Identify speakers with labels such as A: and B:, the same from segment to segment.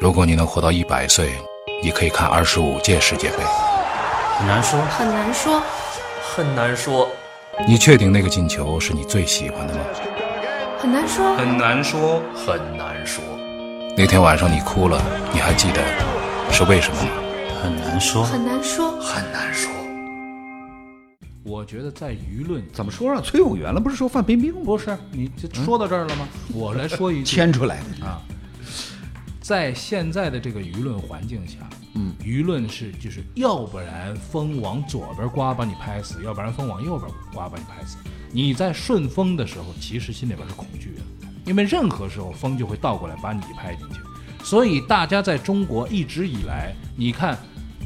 A: 如果你能活到一百岁，你可以看二十五届世界杯。
B: 很难说，
C: 很难说，
B: 很难说，
A: 你确定那个进球是你最喜欢的吗？
C: 很难说，
B: 很难说，很难说，
A: 那天晚上你哭了，你还记得是为什么吗？
D: 很难说，
C: 很难说。
B: 很难说。
E: 我觉得在舆论
F: 怎么说上崔永元了？不是说范冰冰吗？嗯
E: 不是你这说到这儿了吗？我来说一句，
F: 牵出来的啊？
E: 在现在的这个舆论环境下，嗯，舆论是就是要不然风往左边刮把你拍死，要不然风往右边刮把你拍死。你在顺风的时候，其实心里边是恐惧的，因为任何时候风就会倒过来把你拍进去。所以大家在中国一直以来，你看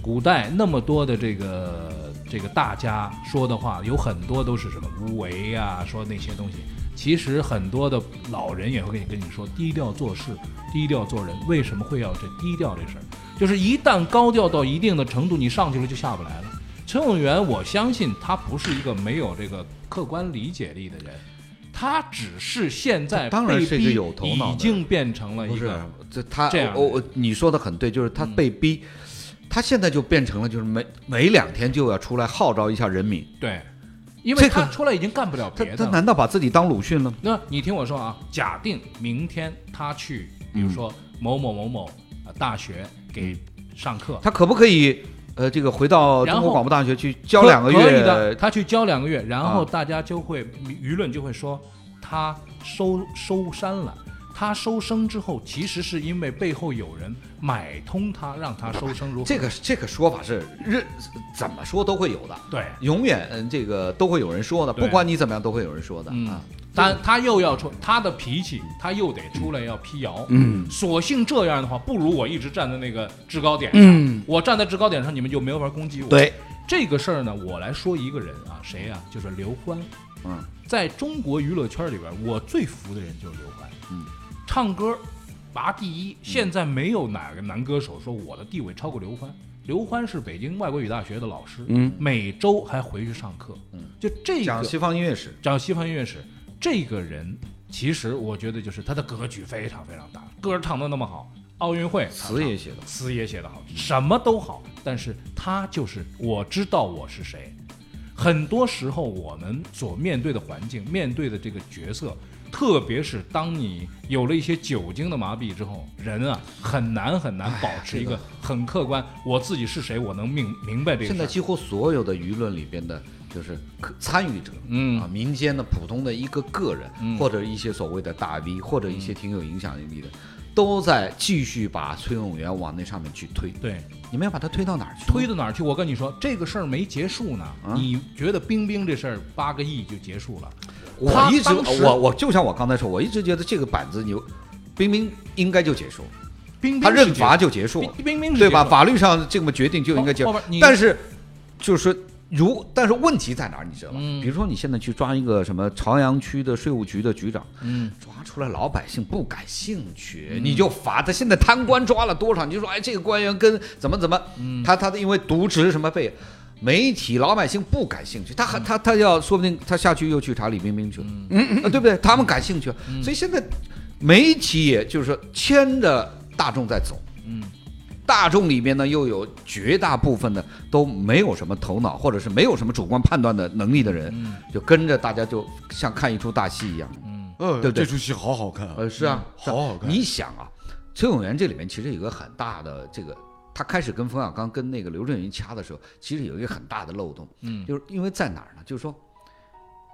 E: 古代那么多的这个这个大家说的话，有很多都是什么无为呀、说那些东西。其实很多的老人也会跟你跟你说，低调做事，低调做人。为什么会要这低调这事儿？就是一旦高调到一定的程度，你上去了就下不来了。陈永元，我相信他不是一个没有这个客观理解力的人，他只是现在
F: 当然
E: 被
F: 是一个
E: 逼
F: 有头脑的人
E: 已经变成了
F: 不
E: 一
F: 是
E: 个，
F: 这他
E: 这样的嗯
F: 我我你说的很对，就是他被逼，他现在就变成了就是每每两天就要出来号召一下人民。
E: 对，因为
F: 这个
E: 他出来已经干不了
F: 他
E: 别
F: 他
E: 的了。
F: 难道把自己当鲁迅了吗？
E: 那你听我说啊，假定明天他去，比如说
F: 嗯
E: 某某某某呃大学给上课，
F: 嗯他可不可以呃这个回到
E: 然
F: 中
E: 后
F: 国广播大学去教
E: 可
F: 两个月？
E: 可以的，他去教两个月，然后
F: 啊
E: 大家就会舆论就会说他收收山了。他收生之后，其实是因为背后有人买通他，让他收生如何？
F: 这个这个说法是任怎么说都会有的，
E: 对，
F: 永远嗯这个都会有人说的，
E: 对
F: 不管你怎么样都会有人说的
E: 嗯
F: 啊。，
E: 但他又要出他的脾气，他又得出来要辟谣。
F: 嗯，
E: 索性这样的话，不如我一直站在那个制高点上。嗯，我站在制高点上，你们就没有法攻击我。，
F: 对，
E: 这个事儿呢，我来说一个人啊，谁呀、就是刘欢。
F: 嗯，
E: 在中国娱乐圈里边，我最服的人就是刘欢。
F: 嗯，
E: 唱歌拔第一，现在没有哪个男歌手说我的地位超过刘欢。刘欢是北京外国语大学的老师，嗯，每周还回去上课。嗯，就这个
F: 讲西方音乐史，
E: 讲西方音乐史，这个人其实我觉得就是他的格局非常非常大，歌唱的那么好，奥运会他
F: 词
E: 唱
F: 也写的
E: 词也写得好，什么都好，但是他就是我知道我是谁。很多时候我们所面对的环境、面对的这个角色，特别是当你有了一些酒精的麻痹之后，人啊很难很难保持 一个很客观，我自己是谁，我能明明白这个事
F: 现
E: 儿。
F: 在几乎所有的舆论里边的，就是可参与者，
E: 嗯
F: 啊，民间的普通的一个个人，或者一些所谓的大 V，或者一些挺有影响力的，都在继续把崔永元往那上面去推。
E: 对，
F: 你们要把他推到哪儿去？
E: 推到哪儿去？我跟你说，这个事儿没结束呢。
F: 啊
E: 你觉得冰冰这事儿八个亿就结束了？
F: 我
E: 他
F: 一直
E: 当时
F: 我我就像我刚才说，我一直觉得这个板子你，冰冰应该就结束，
E: 冰冰
F: 他认
E: 是
F: 罚
E: 结
F: 就结束了，
E: 冰冰冰是
F: 对吧？
E: 结束了
F: 法律上这么决定就应该结
E: 后
F: 束
E: 后边你，
F: 但是就是如但是问题在哪儿？你知道吗？
E: 嗯
F: 比如说你现在去抓一个什么朝阳区的税务局的局长，
E: 嗯，
F: 抓出来老百姓不感兴趣，你就罚他。现在贪官抓了多少？你就说哎，这个官员跟怎么怎么，
E: 嗯
F: 他他因为渎职什么被。媒体老百姓不感兴趣，他
E: 嗯
F: 还他他要说不定他下去又去查李冰冰去了，嗯，啊对不对？他们感兴趣，
E: 嗯
F: 所以现在媒体也就是说牵着大众在走，大众里面呢，又有绝大部分的都没有什么头脑，或者是没有什么主观判断的能力的人，
E: 嗯
F: 就跟着大家就像看一出大戏一样。
D: 呃
F: 对不对
D: 这出戏好好看啊，
F: 呃，是啊，是啊
D: 好好看。
F: 你想啊，崔永元这里面其实有一个很大的这个，他开始跟冯小刚跟那个刘震云掐的时候，其实有一个很大的漏洞，
E: 嗯
F: 就是因为在哪儿呢？就是说，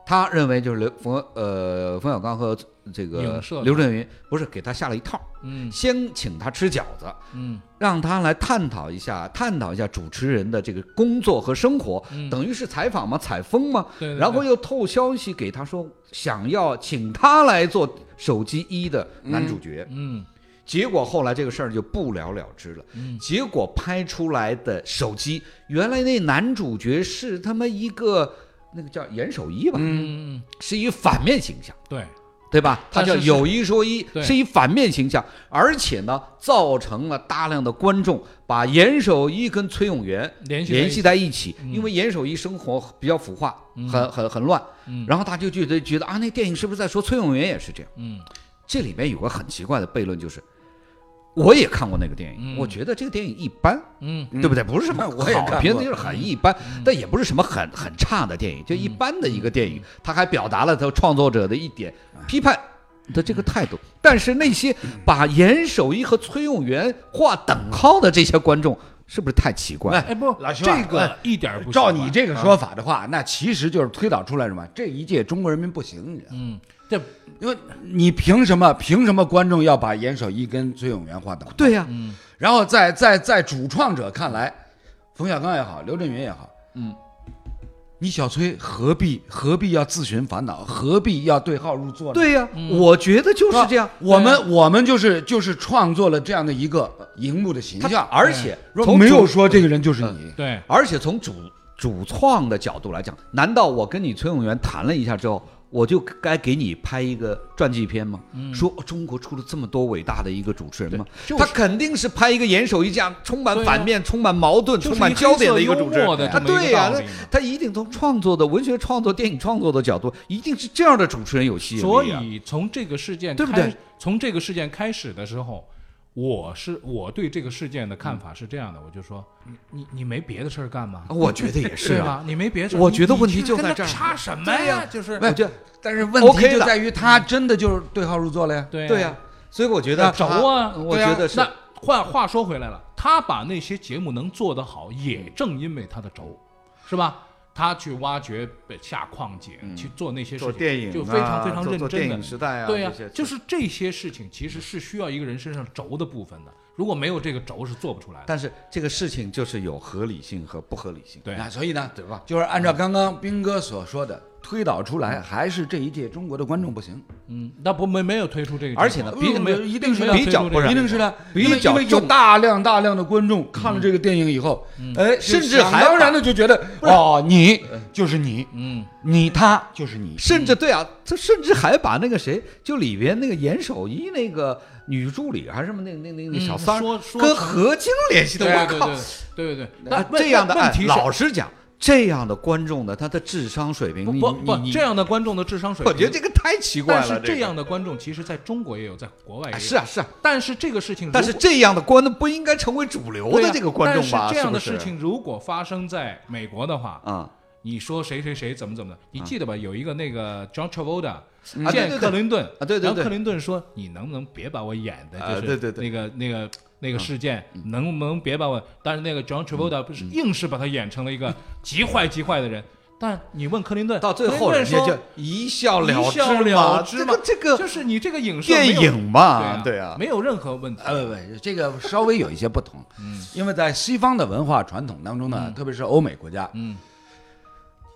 F: 他认为就是刘冯呃冯小刚和这个
E: 影射他
F: 刘震云不是给他下了一套，
E: 嗯
F: 先请他吃饺子，
E: 嗯
F: 让他来探讨一下，探讨一下主持人的这个工作和生活，
E: 嗯
F: 等于是采访嘛，采风嘛，
E: 对对对
F: 然后又透消息给他说，想要请他来做手机一的男主角，
E: 嗯
F: 结果后来这个事儿就不了了之了。
E: 嗯
F: 结果拍出来的手机，原来那男主角是他妈一个那个叫严守一吧，
E: 嗯，
F: 是一反面形象。
E: 对，
F: 对吧？他
E: 但是
F: 叫
E: 是
F: 有一说一，
E: 对
F: 是一反面形象，而且呢，造成了大量的观众把严守一跟崔永元
E: 联系在一起
F: 联系在一起，
E: 嗯
F: 因为严守一生活比较腐化，很很很乱，
E: 嗯
F: 然后大家就觉得觉得啊，那电影是不是在说崔永元也是这样？
E: 嗯
F: 这里面有个很奇怪的悖论，就是我也看过那个电影，
E: 嗯
F: 我觉得这个电影一般，
E: 嗯，
F: 对不对？不是什么
D: 我也看过
F: 好片子，就是很一般，但也不是什么很很差的
E: 嗯
F: 电影，就一般的一个电影。他还表达了他创作者的一点
D: 啊
F: 批判的这个态度。
D: 嗯
F: 但是那些把严守一和崔永元划等号的这些观众，是不是太奇怪？
E: 哎不，
D: 老徐啊
E: 这
D: 哎
E: 个一点儿不
D: 照
E: 奇怪
D: 你这个说法的话，那其实就是推导出来什么？这一届中国人民不行，你知道吗
E: 嗯，这
D: 因为你凭什么？凭什么观众要把严守一跟崔永元划等号？
F: 对呀、
E: 嗯
D: 然后在在在主创者看来，冯小刚也好，刘震云也好，嗯，你小崔何必何必要自寻烦恼？何必要对号入座呢？
F: 对呀、
E: 嗯
F: 我觉得就是这样。
D: 我们我们就是就是创作了这样的一个呃荧幕的形
F: 他
D: 象，
E: 哎
F: 而且
D: 说
F: 从
D: 没有
F: 主呃
D: 说这个人就是你，
E: 对，
F: 而且从主主创的角度来讲，难道我跟你崔永元谈了一下之后，我就该给你拍一个传记片吗？说哦中国出了这么多伟大的一个主持人吗？
E: 嗯就是
F: 他肯定是拍一个严守一这样充满
E: 对啊
F: 反面、充满矛盾、
E: 就是
F: 充满焦点的一个主
E: 黑色
F: 持
E: 幽默的
F: 人。他啊
E: 这么一个
F: 对呀、
E: 道理
F: 他
E: 嘛
F: 他一定从创作的文学创作、电影创作的角度，一定是这样的主持人有吸引力、啊。
E: 所以从这个事件
F: 对不
E: 开
F: 对？
E: 从这个事件开始的时候，我是我对这个事件的
F: 嗯
E: 看法是这样的，我就说你你你没别的事儿干吗？
F: 我觉得也是
E: 对
F: 啊。
E: 吧？你没别的事儿，
F: 我
E: 你
F: 觉得
E: 你
F: 问题
E: 去
F: 就
E: 跟
F: 在
E: 他
F: 这儿
E: 差什么呀？就是
F: 我觉得
D: 但是问
F: OK
D: 题就
F: 了
D: 在于他真的就是对号入座了呀。
E: 对
F: 对呀、
E: 呀，
F: 所以我觉得
E: 轴
F: 他
E: 啊
F: 我
D: 对啊
F: 觉得是
E: 那换话说回来了，他把那些节目能做得好，也正因为他的轴，是吧？他去挖掘北下矿井，
F: 嗯
E: 去做那些事情，就非
F: 啊
E: 常非常认真的。
F: 代啊
E: 对呀、
F: 这些
E: 就是这些事情其实是需要一个人身上轴的部分的，如果没有这个轴是做不出来的。
F: 但是这个事情就是有合理性和不合理性。
E: 对
D: 那所以呢，对吧？就是按照刚刚斌哥所说的，推导出来还是这一届中国的观众不行，
E: 嗯，那不没没有推出这个，
F: 而且呢
E: 并没有
D: 嗯一定是
E: 并没有推
F: 比较
E: 出这
F: 不
E: 个
F: 然
D: 一定是呢，
F: 比
D: 因为
F: 较
D: 因为有
F: 重
D: 大量大量的观众看了这个电影以后，
F: 嗯
D: 哎，
F: 甚至
D: 就想
F: 还
D: 当
F: 把
D: 然的就觉得哦，你就是你，
E: 嗯，
D: 你他就是你，
F: 甚至对啊，他甚至还把那个谁，就里边那个严守一那个女助理还是什么那那那那
E: 嗯
F: 小三儿
E: 说说
F: 跟
E: 成
F: 何晶联系的，
E: 对啊
F: 我
E: 对
F: 靠
E: 对！对对对，
F: 啊
E: 那问
F: 这样的
E: 问
F: 哎
E: 问题，是
F: 老实讲，这样的观众的他的智商水平，
E: 不
F: 你
E: 不
F: 你
E: 不，
F: 你
E: 这样的观众的智商水
F: 我
E: 平，
F: 觉得这个太奇怪
E: 但
F: 了。
E: 是
F: 这
E: 这
F: 个
E: 样的观众其实在中国也有，在国外也
F: 啊
E: 有。
F: 是啊是啊，
E: 但是这个事情如果，
F: 但是这样的观众不应该成为主流
E: 对
F: 的
E: 呀
F: 这个观众吧？
E: 但是这样的
F: 是不
E: 事
F: 是
E: 情如果发生在美国的话，
F: 啊，
E: 你说谁谁谁怎么怎么的，你记得吧？有一个那个 John Travolta
F: 啊对
E: 见
F: 对
E: 克
F: 对
E: 林顿
F: 啊对对
E: 然后
F: 对
E: 克林顿说：“你能不能别把我演的，
F: 啊
E: 就是
F: 对对对嗯
E: 那个那个那个事件，能不能别把我？”但是那个 John Travolta 不是硬是把他演成了一个极坏极坏的人。但你问克林顿，
F: 到最后
E: 克林
F: 人
E: 顿
F: 家
E: 说
F: 就一笑
E: 一
F: 了之
E: 笑了之
F: 嘛
E: 嘛，
F: 这个这
E: 就
F: 个
E: 是你这个影视
F: 电
E: 没有
F: 影嘛，
E: 对
F: 对啊，
E: 没有任何问题。
D: 啊不不，这个稍微有一些 不同，嗯，因为在西方的文化传统当中呢，
F: 嗯
D: 特别是欧美国家，
E: 嗯，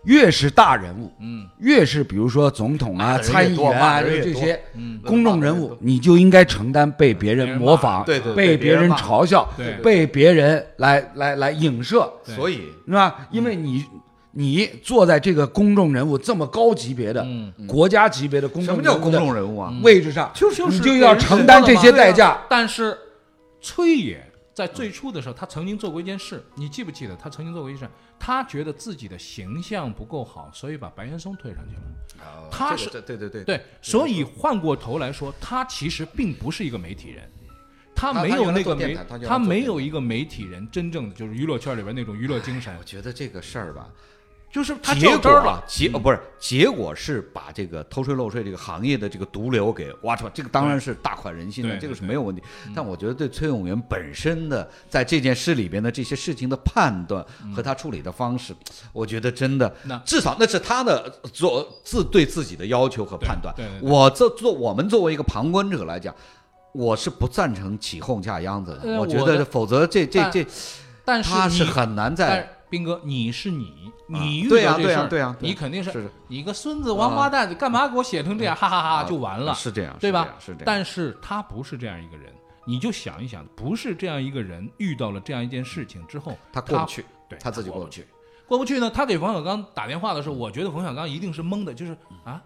D: 越是大人物，
E: 嗯，
D: 越是比如说总统啊、
F: 人越
D: 参议
F: 多
D: 员啊
F: 骂的人越
D: 这
F: 多
D: 些
E: 嗯
D: 公众人
F: 骂的人
D: 物
F: 多，
D: 你就应该承担被别人模仿、
F: 别人骂对对
D: 被
F: 对
D: 别人嘲笑、
E: 别人骂对
D: 被别人来来来影射，
E: 对
F: 所以
D: 是吧？因为你。
F: 嗯
D: 你坐在这个公众人物这么高级别的、
E: 嗯
D: 国家级别的公
F: 什
D: 众
F: 么叫
D: 人物
F: 公
D: 的
F: 众人物啊？
D: 位置上，
F: 就就是
D: 你就
F: 被
D: 要
F: 人
D: 承
F: 知
D: 担
F: 道
D: 这
F: 嘛
D: 些
F: 对
D: 代
F: 啊
D: 价。
E: 但是崔野在最初的时候，他曾经做过一件事，你记不记得？他曾经做过一件事，他觉得自己的形象不够好，所以把白岩松推上去了。他是
F: 哦这个这对对对，
E: 对，所以换过头来说，他其实并不是一个媒体人。他
F: 他
E: 没
F: 他
E: 有
F: 原来
E: 那
F: 做
E: 个
F: 电
E: 媒
F: 台他，原来
E: 他
F: 做
E: 没
F: 电
E: 有
F: 台
E: 一个媒体人真正的就是娱乐圈里边那种娱乐精神
F: 我，觉得这个事儿吧，
E: 就是他
F: 结
E: 较真
F: 果
E: 儿
F: 啊
E: 了。嗯
F: 结呃不是结果是把这个偷税漏税这个行业的这个毒瘤给挖出来，这个当然是大快人心的，
E: 对
F: 这个是
E: 对嗯
F: 没有问题。但我觉得对崔永元本身的在这件事里边的这些事情的判断和他处理的方式，我觉得真的
E: 嗯那，
F: 至少那是他的做自对自己的要求和判断
E: 对对。对
F: 我这做我们作为一个旁观者来讲。我是不赞成起哄架秧子的，
E: 呃
F: 我觉
E: 我的
F: 得否则这这
E: 但
F: 这
E: 但
F: 他
E: 你
F: 是很难
E: 但
F: 在
E: 是斌哥，你是你，你遇
F: 对呀啊
E: 到这
F: 对
E: 事
F: 呀
E: 儿，
F: 对呀对
E: 你
F: 呀
E: 肯定
F: 是啊嗯
E: 是你个孙子王八蛋，你干嘛给我写成这样？哈哈哈，就完了，
F: 是这样，
E: 对
F: 是这
E: 吧
F: 样？是这样，
E: 但是他不是这样一个人，你就想一想，不是这样一个人遇到了这样一件事情之后，
F: 他
E: 他
F: 过不去，
E: 对
F: 他自己
E: 过
F: 过
E: 不
F: 不去。
E: 过不去呢。他给冯小刚打电话的时候，我觉得冯小刚一定是懵的，就是
F: 嗯
E: 啊，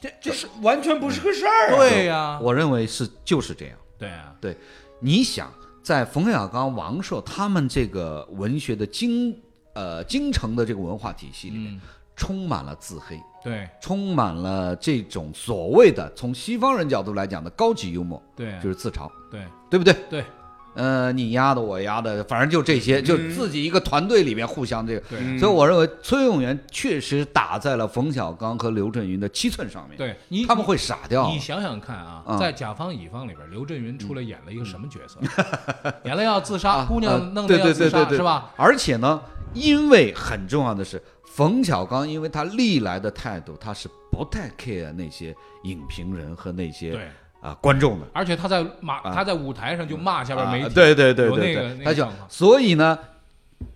E: 这这是
D: 完全不是个事儿
E: 对呀，
F: 啊我认为是就是这样。
E: 对啊，
F: 对，你想在冯小刚、
E: 嗯
F: 王朔他们这个文学的京呃京城的这个文化体系里面，充满了自黑，
E: 对
F: 充满了这种所谓的从西方人角度来讲的高级幽默，
E: 对啊
F: 就是自嘲，
E: 对
F: 对不对？
E: 对
F: 呃，你压的我压的，反正就这些，就自己一个团队里面互相这个。
E: 嗯对嗯
F: 所以我认为崔永元确实打在了冯小刚和刘震云的七寸上面，
E: 对，你
F: 他们会傻掉。
E: 你想想看啊
F: 哦嗯，
E: 在甲方乙方里边，刘震云出来演了一个什么角色？ 演了要自杀，
F: 啊，
E: 姑
F: 呃
E: 娘弄的
F: 对
E: 要
F: 对
E: 自
F: 对对
E: 杀
F: 对
E: 是吧？？
F: 而且呢，因为很重要的是，冯小刚因为他历来的态度，他是不太 care 那些影评人和那些
E: 对，
F: 啊、观众的。
E: 而且他在马
F: 啊
E: 他在舞台上就骂下边媒
F: 啊
E: 体，
F: 对对对
E: 有
F: 对对，
E: 那个那
F: 他
E: 个
F: 就
E: 状况
F: 所以呢，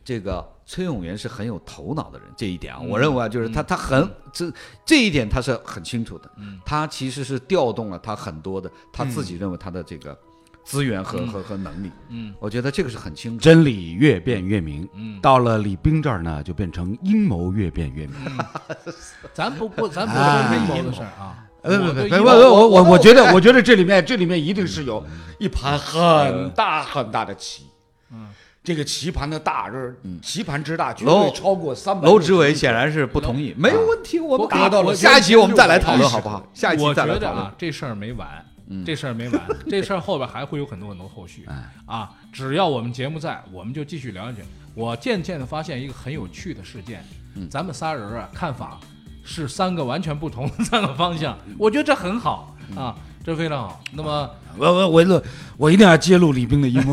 F: 这个崔永元是很有头脑的人，这一点啊，
E: 嗯
F: 我认为啊，就是他、他很这这一点他是很清楚的，
E: 嗯
F: 他其实是调动了他很多的他自己认为他的这个资源和、和和能力，
E: 嗯
F: 我觉得这个是很清楚。
D: 真理越辩越明，
E: 嗯，
D: 到了李冰这儿呢，就变成阴谋越辩越明。
E: 嗯咱不不咱不
D: 哎
E: 说阴谋的事儿啊，
F: 哎
D: 不呃不不
E: 我对
D: 不
E: 阴
D: 不，
E: 谋
D: 我我我觉得我觉得这里面这里面一定是有一盘很大很大的棋，
E: 嗯，
D: 这个棋盘的大就是棋盘之大，绝
F: 嗯楼
D: 对超过三
E: 呃
D: 百。
F: 娄志伟显然是不同
E: 啊
F: 意，没有问题，我们
D: 我达到了
F: 我下一集我们再来讨论
D: 我
F: 好不好？下一集
E: 哎我
F: 再
E: 觉
F: 来
E: 得
F: 讨论嗯
E: 啊。，这事儿没完，这事儿没 完，这事儿后边还会有很多很多后续
F: 哎
E: 啊。只要我们节目在，我们就继续聊下去。我渐渐的发现一个很有趣的事件，
F: 嗯
E: 咱们仨人啊看法是三个完全不同的三个方向，
F: 嗯
E: 我觉得这很好啊，这非常好。那么
D: 我我我我我一定要揭露李冰的 阴谋。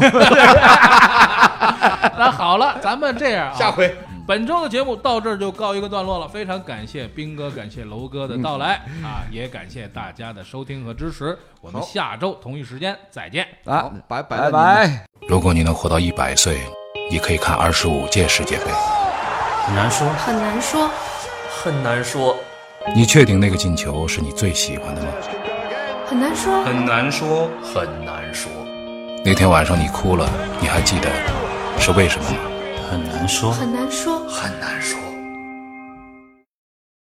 E: 那好了，咱们这样啊，
F: 下回
E: 本周的节目到这儿就告一个段落了，非常感谢兵哥，感谢楼哥的到来啊，也感谢大家的收听和支持。我们下周同一时间再见。
F: 啊，拜拜了
D: 拜
F: 你们
D: 拜。
A: 如果你能活到一百岁，你可以看二十五届世界杯。
B: 很难说，
C: 很难说，
B: 很难说，
A: 你确定那个进球是你最喜欢的吗？
C: 很难说，
B: 很难说，很难说，
A: 那天晚上你哭了，你还记得是为什么吗？
B: 很难说，
C: 很难说。
B: 很难说。